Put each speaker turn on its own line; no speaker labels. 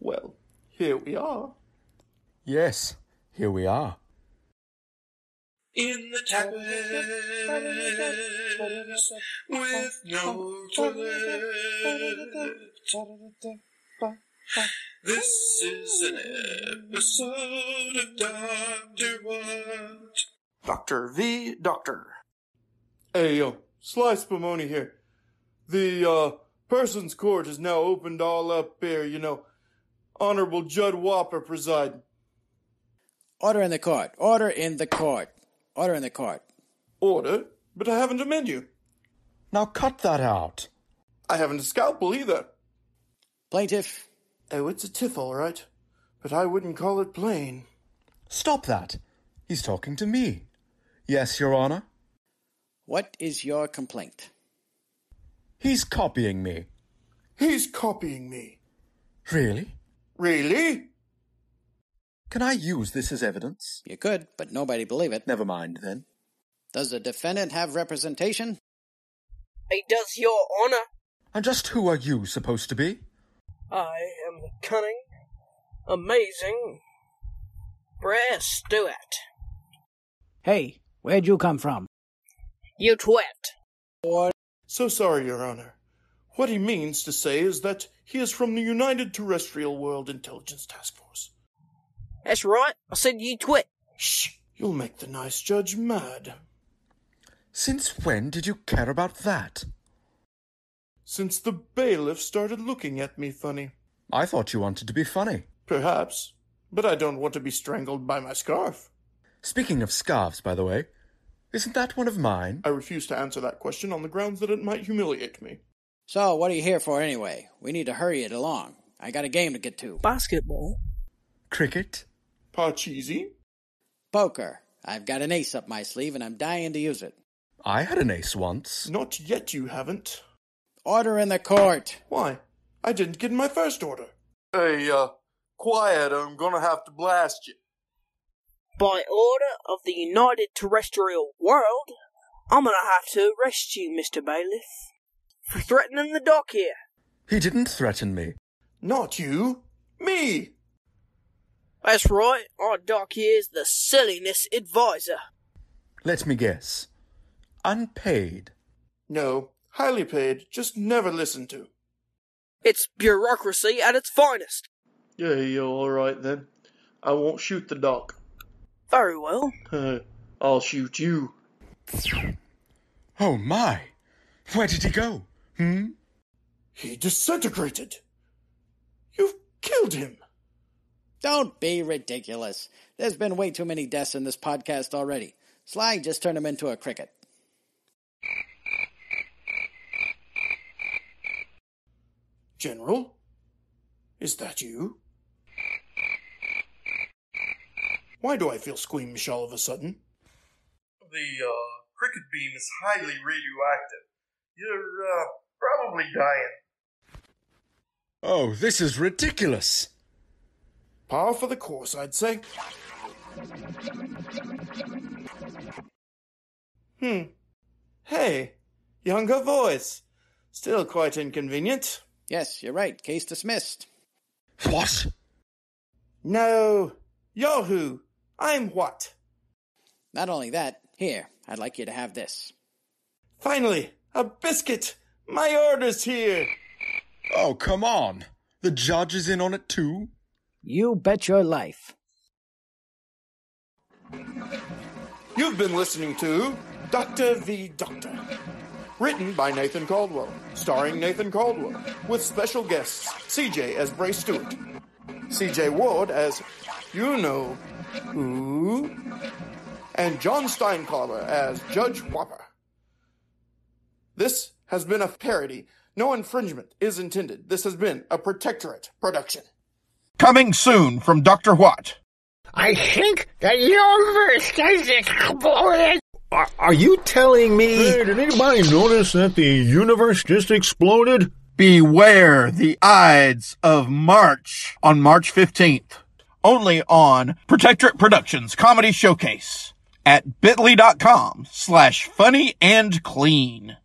Well, here we are.
Yes, here we are.
in the tempest with no toilet. This is an episode of Doctor What.
Dr. V. Doctor. Hey, yo, Slice Pomoni here. The, uh, person's court is now opened all up here, you know. Honorable Judd Whopper presiding.
Order in the court. Order in the court. Order in the court.
Order, but I haven't a menu.
Now cut that out.
I haven't a scalpel either.
Plaintiff,
Oh, it's a tiff, all right. But I wouldn't call it plain.
Stop that. He's talking to me. Yes, Your Honor.
what is your complaint?
He's copying me.
He's copying me.
Really?
Really?
Can I use this as evidence?
You could, but nobody believe it.
Never mind then.
Does the defendant have representation?
It does your honor.
And just who are you supposed to be?
I am the cunning, amazing Brer Stewart.
Hey, where'd you come from?
You twat.
So sorry, Your Honor. What he means to say is that he is from the United Terrestrial World Intelligence Task Force.
That's right. I said you twit.
Shh! You'll make the nice judge mad.
Since when did you care about that?
Since the bailiff started looking at me funny.
I thought you wanted to be funny.
Perhaps. But I don't want to be strangled by my scarf.
Speaking of scarves, by the way, isn't that one of mine?
I refuse to answer that question on the grounds that it might humiliate me.
So, what are you here for anyway? We need to hurry it along. I got a game to get to.
Basketball.
Cricket?
Parcheesi?
Poker. I've got an ace up my sleeve and I'm dying to use it.
I had an ace once.
Not yet, you haven't.
Order in the court.
Why? I didn't get my first order. Hey, uh, quiet, I'm gonna have to blast you.
By order of the United Terrestrial World, I'm gonna have to arrest you, Mr. Bailiff, for threatening the dock here.
He didn't threaten me.
Not you. Me!
That's right. Our dock here is the silliness advisor.
Let me guess. Unpaid.
No, highly paid, just never listened to.
It's bureaucracy at its finest.
Yeah, you're alright then. I won't shoot the doc.
Very well.
I'll shoot you.
Oh my! Where did he go? Hmm?
He disintegrated. You've killed him.
Don't be ridiculous. There's been way too many deaths in this podcast already. Sly just turned him into a cricket.
General? Is that you? Why do I feel squeamish all of a sudden?
the uh, cricket beam is highly radioactive. You're uh, probably dying.
Oh, this is ridiculous!
Par for the course, I'd say. Hmm. Hey, younger voice. Still quite inconvenient.
Yes, you're right. Case dismissed.
What?
No. You're who? I'm what?
Not only that, here, I'd like you to have this.
Finally, a biscuit! My order's here!
Oh, come on! The judge is in on it too?
You bet your life.
You've been listening to Dr. V. Doctor. Written by Nathan Caldwell, starring Nathan Caldwell, with special guests CJ as Bray Stewart, CJ Ward as You Know Who, and John Steincaller as Judge Whopper. This has been a parody. No infringement is intended. This has been a protectorate production.
Coming soon from Dr. What.
I think the universe has exploded.
Are, are you telling me?
Hey, did anybody notice that the universe just exploded?
Beware the Ides of March on March 15th. Only on Protectorate Productions Comedy Showcase at bit.ly.com slash funny and clean.